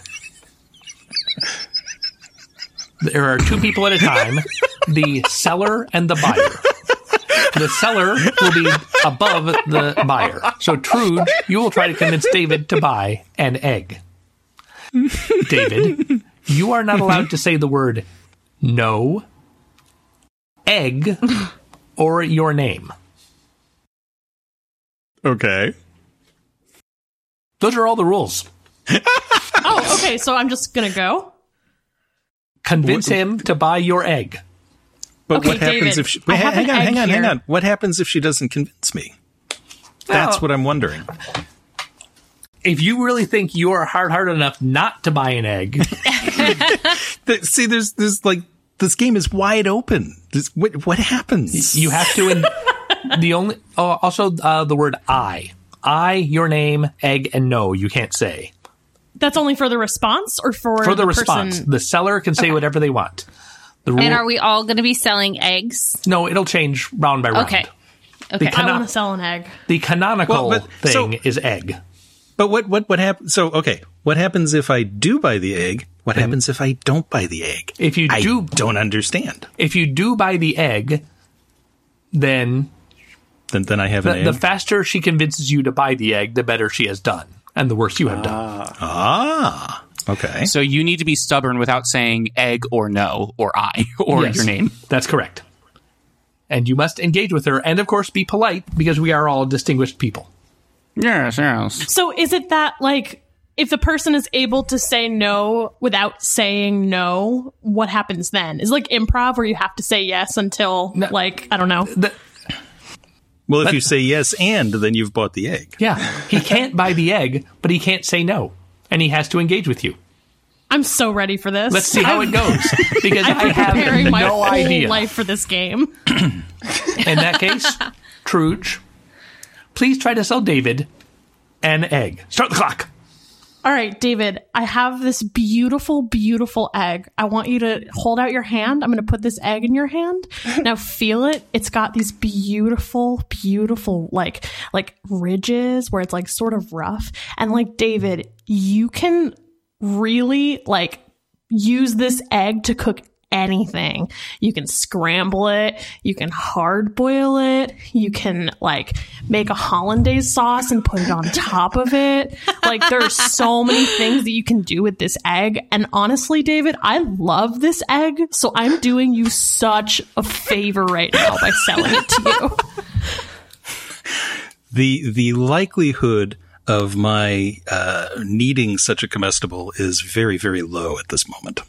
There are two people at a time the seller and the buyer. The seller will be above the buyer. So, Trude, you will try to convince David to buy an egg. David, you are not allowed to say the word no, egg, or your name. Okay. Those are all the rules. Oh, okay. So I'm just gonna go. Convince him to buy your egg. But Okay, what happens David, if she? I Wait, have hang an on, egg hang on, hang here. on. What happens if she doesn't convince me? That's Oh. what I'm wondering. if you really think you are hard hearted enough not to buy an egg, Th- See, there's there's like this game is wide open. This, what what happens? you have to. In, the only oh, also uh, the word I, I, your name, egg, and no, you can't say That's only for the response, or for for the, the response. Person? The seller can say whatever they want. The rule, And are we all going to be selling eggs? no, it'll change round by round. Okay. The, I want cano- to sell an egg. the canonical Well, but- so- thing is egg. But what what what happens? So okay, what happens if I do buy the egg? What happens if I don't buy the egg? Mm-hmm. If you I do- don't understand. If you do buy the egg, then Then then I have an the, the egg. faster she convinces you to buy the egg, the better she has done, and the worse you have done. ah, okay. So you need to be stubborn without saying egg or no or I or Yes, your name. That's correct. And you must engage with her and, of course, be polite because we are all distinguished people. Yes, yes. So is it that like if the person is able to say no without saying no, what happens then? Is it like improv where you have to say yes until like I don't know. The- Well, if you say yes and then you've bought the egg. yeah, he can't buy the egg, but he can't say no. And he has to engage with you. I'm so ready for this. Let's see how it goes because I Preparing have my no whole idea. life for this game. In that case, Truge, please try to sell David an egg. Start the clock. All right, David, I have this beautiful, beautiful egg. I want you to hold out your hand. I'm going to put this egg in your hand. Now feel it. It's got these beautiful, beautiful like like ridges where it's like sort of rough. And like David, you can really like use this egg to cook anything. You can scramble it, you can hard boil it, you can like make a hollandaise sauce and put it on top of it. Like there are so many things that you can do with this egg. And honestly, David, I love this egg, so I'm doing you such a favor right now by selling it to you. the the likelihood of my uh, needing such a comestible is very very low at this moment.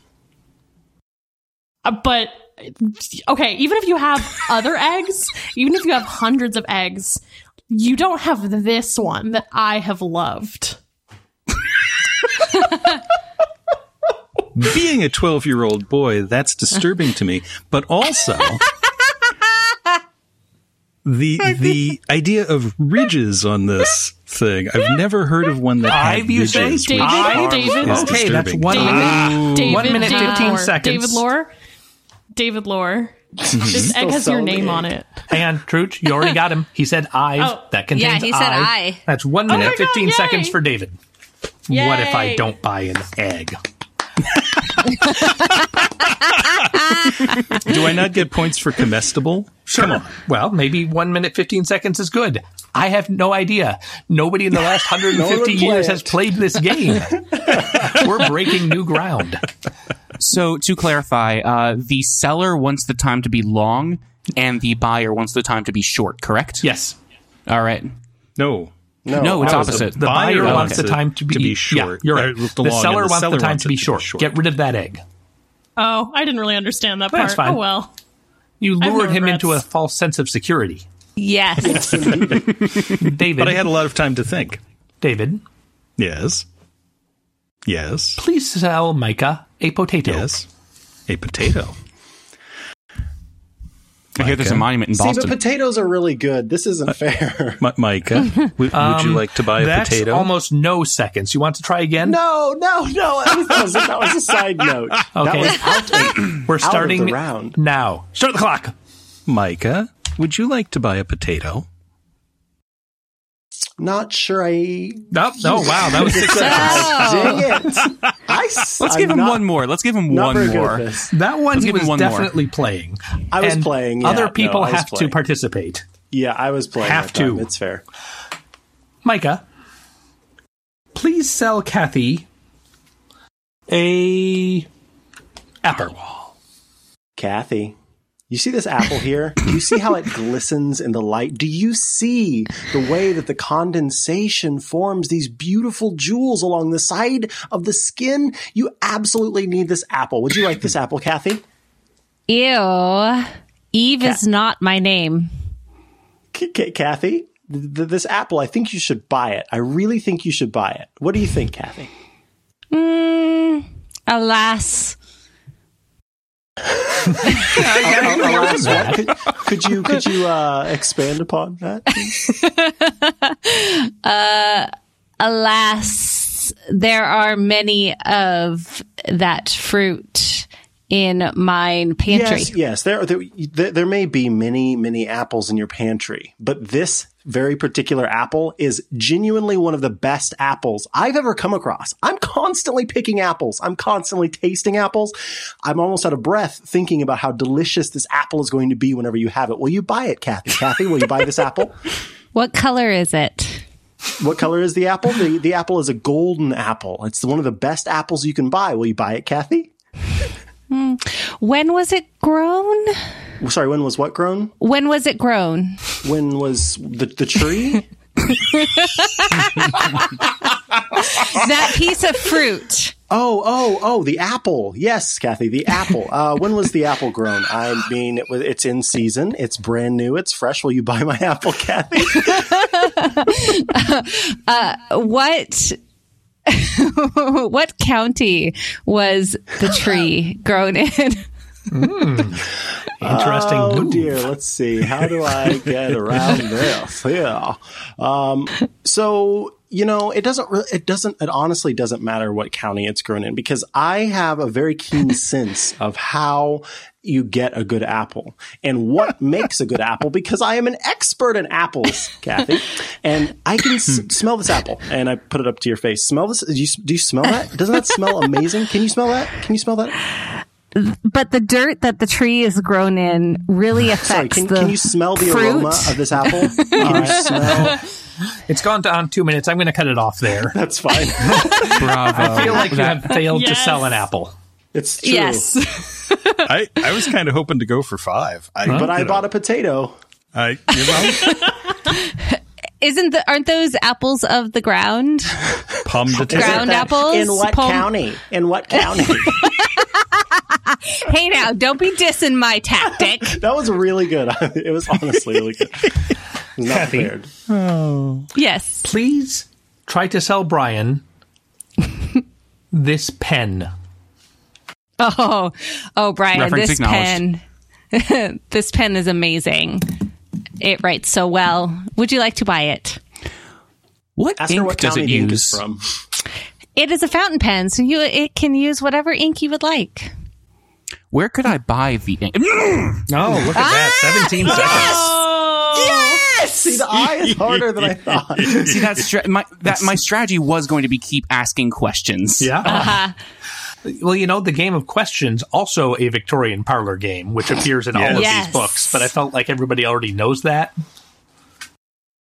Uh, but okay, even if you have other eggs, even if you have hundreds of eggs, you don't have this one that I have loved. Being a twelve year old boy, that's disturbing to me. But also. The the idea of ridges on this thing, I've never heard of one that had Five, you ridges. say? which David, Five? David, is Okay, that's disturbing. Ah. one. David, David, One minute, David 15 Lore. seconds. David Lore. David Lore. This egg has your selling name the on egg. it. Hang on, Truge, you already got him. He said I. Oh. that contains Yeah, he said I. That's one my minute, God, 15 yay. seconds for David. What if I Yay. don't buy an egg? Do I not get points for comestible? Sure. Well, maybe one minute fifteen seconds is good. I have no idea. Nobody in the last hundred and one fifty would play years it. has played this game. We're breaking new ground. So to clarify, uh, the seller wants the time to be long and the buyer wants the time to be short, correct? Yes, All right. No. No, no, it's I was a- opposite. the buyer, Buyer wants the time to be, to be yeah, short. you're Or right. the The, long and seller the wants seller the time wants to it be short. Get rid of that egg. Oh, I didn't really understand that part. That's fine. Oh well. You have no lured him regrets. into a false sense of security, Yes. David. But I had a lot of time to think. David, Yes. Yes. Please sell Micah a potato. Yes. A potato. I hear there's a Micah. monument in See, but Boston. Uh, potatoes are really good. This isn't fair. Mi- Micah, w- would you like to buy a Um, That's potato? almost no seconds. You want to try again? No, no, no. That was, that was, that was a side note. That Okay. was out of- We're out of starting the round. now. Start the clock. Micah, would you like to buy a potato? Not sure I. Nope. No, wow, that was six seconds. Dang it! I, Oh. Let's give him one more. Let's give him Not one very good at more. this. That one Let's he give him was one more. definitely playing. I was And playing, yeah, other no, people I was have playing. to participate. Yeah, I was playing. Have that time. to. It's fair. Micah, please sell Kathy a apple. Kathy, you see this apple here? Do you see how it glistens in the light? Do you see the way that the condensation forms these beautiful jewels along the side of the skin? You absolutely need this apple. Would you like this apple, Kathy? Ew. Eve is not my name. K- K- Kathy, th- th- this apple, I think you should buy it. I really think you should buy it. What do you think, Kathy? Mm, alas. Alas, what? Could, could you could you uh, expand upon that? Alas. There are many of that fruit in mine pantry. Yes, yes. There, there, there, there may be many, many apples in your pantry, but this very particular apple is genuinely one of the best apples I've ever come across. I'm constantly picking apples. I'm constantly tasting apples. I'm almost out of breath thinking about how delicious this apple is going to be whenever you have it. Will you buy it, Kathy? Kathy, will you buy this apple? What color is it? What color is the apple? The, the apple is a golden apple. It's one of the best apples you can buy. Will you buy it, Kathy? When was it grown? Sorry, when was what grown? When was it grown? When was the, the tree? that piece of fruit. Oh, oh, oh, the apple. Yes, Kathy, the apple. Uh, when was the apple grown? I mean, it was, it's in season. It's brand new. It's fresh. Will you buy my apple, Kathy? What what county was the tree grown in? Interesting Oh, move. dear. Let's see. How do I get around this? Yeah. Um, so, you know, it doesn't really, it doesn't, it honestly doesn't matter what county it's grown in because I have a very keen sense of how you get a good apple and what makes a good apple because I am an expert in apples, Kathy. And I can s- smell this apple and I put it up to your face. Smell this. Do you, do you smell that? Doesn't that smell amazing? Can you smell that? Can you smell that? But the dirt that the tree is grown in really affects Sorry, can, the can you smell the fruit. aroma of this apple? Can you smell? It's gone down two minutes. I'm going to cut it off there. That's fine. Bravo. I feel like you have failed to Yes. sell an apple. It's true. Yes. I, I was kind of hoping to go for five. I, But I bought a potato. I, you know, Isn't the aren't those apples of the ground? palm potato. Ground apples? In what Palm- county? In what county? Hey now, don't be dissing my tactic. That was really good. it was honestly really good. It was not prepared. yes. Please try to sell Brian this pen. Oh, oh, Brian, Reference this pen, acknowledged. this pen is amazing. It writes so well. Would you like to buy it? what Ask her ink what does county it the ink use? is from. It is a fountain pen, so you it can use whatever ink you would like. Where could I buy the ink? Oh, look at Ah! that. 17 seconds. Oh. See, the eye is harder than I thought. See, that's stra- my that my strategy was going to be keep asking questions. Yeah. Uh-huh. Well, you know, the game of questions, also a Victorian parlor game, which appears in all of Yes. these books, but I felt like everybody already knows that.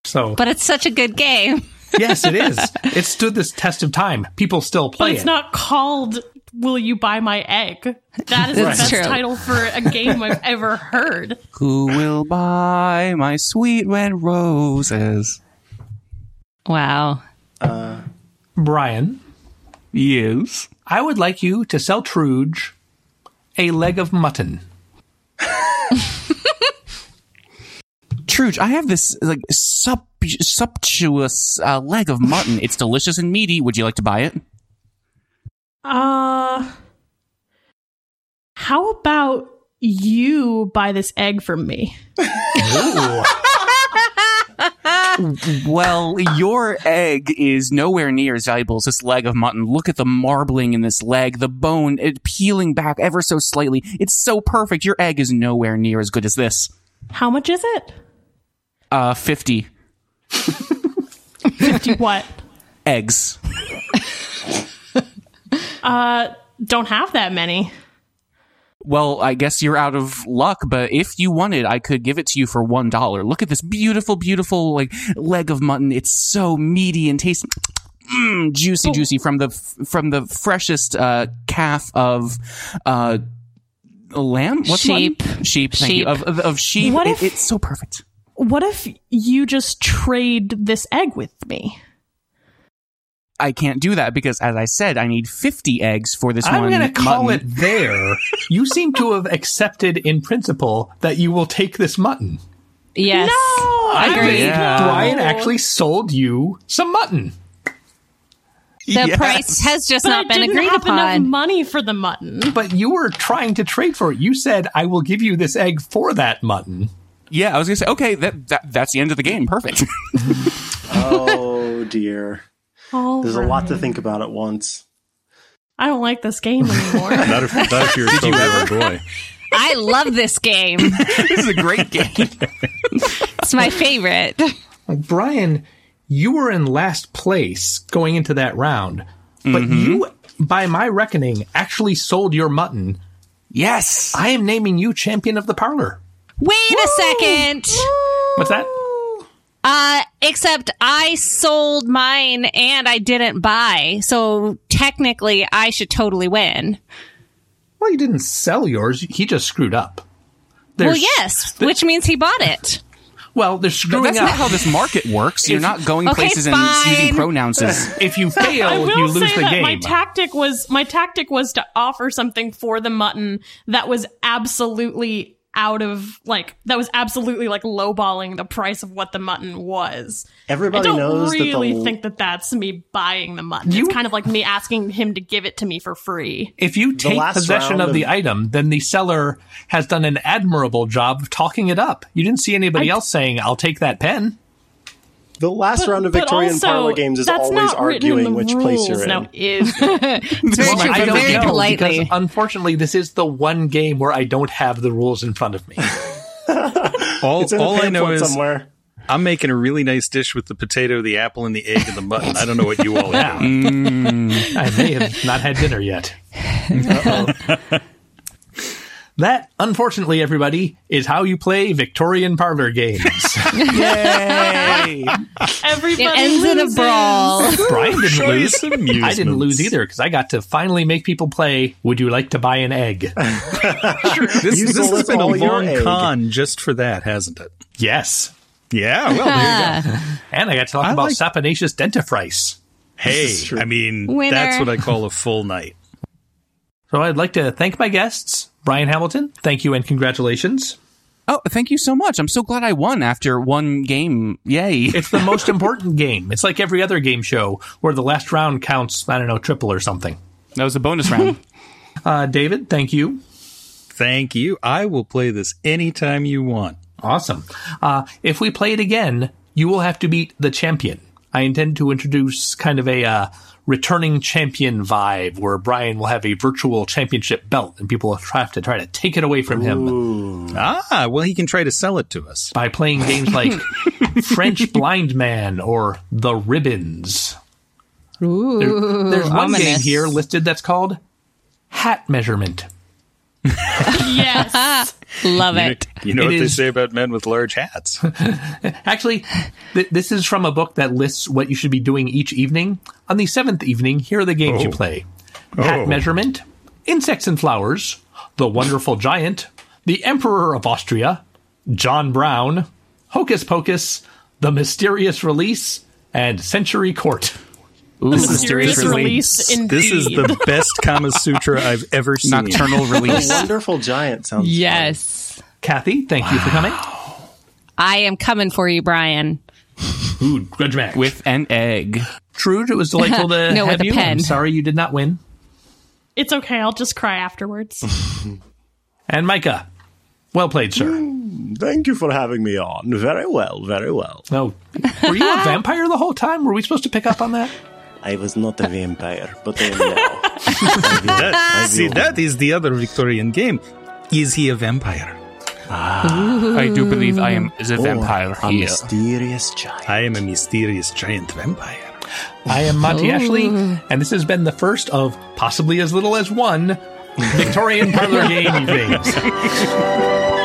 So, But it's such a good game. yes, it is. It stood this test of time. People still But play it's it. not called Will You Buy My Egg? That is the That's best true. title for a game I've ever heard. Who will buy my sweet red roses? Wow. Brian, Yes. I would like you to sell Truge a leg of mutton. Truge, I have this like sup- sumptuous uh, leg of mutton. It's delicious and meaty. Would you like to buy it? Uh, how about you buy this egg from me? Well, your egg is nowhere near as valuable as this leg of mutton. Look at the marbling in this leg, the bone it peeling back ever so slightly. It's so perfect. Your egg is nowhere near as good as this. How much is it? Uh, 50 Do what? eggs. Don't have that many. Well, I guess you're out of luck, but if you wanted, I could give it to you for one dollar. Look at this beautiful, beautiful like leg of mutton. It's so meaty and tastes mm, juicy, juicy from the from the freshest uh, calf of uh, lamb, What's mutton? Sheep. sheep, thank you. Sheep. Of, of of sheep. What It- if- it's so perfect. What if you just trade this egg with me? I can't do that because, as I said, I need fifty eggs for this I'm one. going to call mutton. it there. you seem to have accepted in principle that you will take this mutton. Yes. I think Yeah. Dwyer actually sold you some mutton. The Yes. price has just But not I been didn't agreed have enough upon. money for the mutton. But you were trying to trade for it. You said, I will give you this egg for that mutton. Yeah, I was going to say, okay, that, that that's the end of the game. Perfect. Oh dear. All There's a lot to right. think about at once. I don't like this game anymore. Not if, not if you're a 12 year old boy. I love this game. this is a great game. It's my favorite. Brian, you were in last place going into that round, but you, by my reckoning, actually sold your mutton. Yes. I am naming you champion of the parlor. Wait a second. What's that? Uh, except I sold mine and I didn't buy. So technically, I should totally win. Well, you didn't sell yours. He just screwed up. Well, There's- yes, which means he bought it. Well, they're screwing that's up. not how this market works. You're not going Okay, places fine. and using pronouns. as- if you I fail, will you lose say the that game. my tactic was my tactic was to offer something for the mutton that was absolutely out of like that was absolutely like lowballing the price of what the mutton was. I Everybody don't knows really that the think that that's me buying the mutton. You- it's kind of like me asking him to give it to me for free. if you take last possession round of the of- item, then the seller has done an admirable job of talking it up. You didn't see anybody else saying, I'll take that pen. the last But- round of but Victorian also, parlor games is that's always not written in arguing the which place you're rules, in. Now, is it? Very Well, true, I but don't very know, politely. because unfortunately, this is the one game where I don't have the rules in front of me. All, It's in a all I know pamphlet is somewhere. I'm making a really nice dish with the potato, the apple, and the egg and the mutton. I don't know what you all Yeah. have. I may have not had dinner yet. that, unfortunately, everybody, is how you play Victorian parlor games. Everybody It ends in a loses. brawl. Brian Mm. didn't lose. Amusements. I didn't lose either because I got to finally make people play. Would you like to buy an egg? This, You this sold has been a all your long egg. con just for that, hasn't it? yes. Yeah, well, there you go. And I got to talk I about like- saponaceous dentifrice. Hey, is true. I mean, Winner. that's what I call a full night. So I'd like to thank my guests, Brian Hamilton. Thank you and congratulations. oh, thank you so much. I'm so glad I won after one game. Yay. It's the most important game. It's like every other game show where the last round counts, I don't know, triple or something. That was a bonus round. Uh, David, thank you. Thank you. I will play this anytime you want. Awesome. Uh, if we play it again, you will have to beat the champion. I intend to introduce kind of a uh, returning champion vibe where Brian will have a virtual championship belt and people will have to try to take it away from him Ah, well, he can try to sell it to us. by playing games like French Blind Man or The Ribbons. Ooh, there's one game ominous. here listed that's called Hat Measurement. Yes. Love it. You know It what they is- say about men with large hats? Actually, th- this is from a book that lists what you should be doing each evening. On the seventh evening, here are the games you Oh. play Hat Oh. Measurement, Insects and Flowers, The Wonderful Giant, The Emperor of Austria, John Brown, Hocus Pocus, The Mysterious Release, and Century Court. Ooh, mysterious release. Indeed. This is the best Kama Sutra I've ever seen. Nocturnal The release. wonderful giant sounds. Yes. Kathy, thank you for coming. I am coming for you, Brian. Ooh, grudge match. With an egg. Trude, it was delightful to No, have with a you. I'm pen. sorry you did not win. It's okay. I'll just cry afterwards. And Micah, well played, sir. Thank you for having me on. Very well, very well. No, were you a vampire the whole time? Were we supposed to pick up on that? I was not a vampire, but I am now. That, see, that is the other Victorian game. Is he a vampire? I do believe I am Oh, the vampire Oh, a here. mysterious giant. I am a mysterious giant vampire. I am Monty Ashley, and this has been the first of possibly as little as one Victorian parlor game things.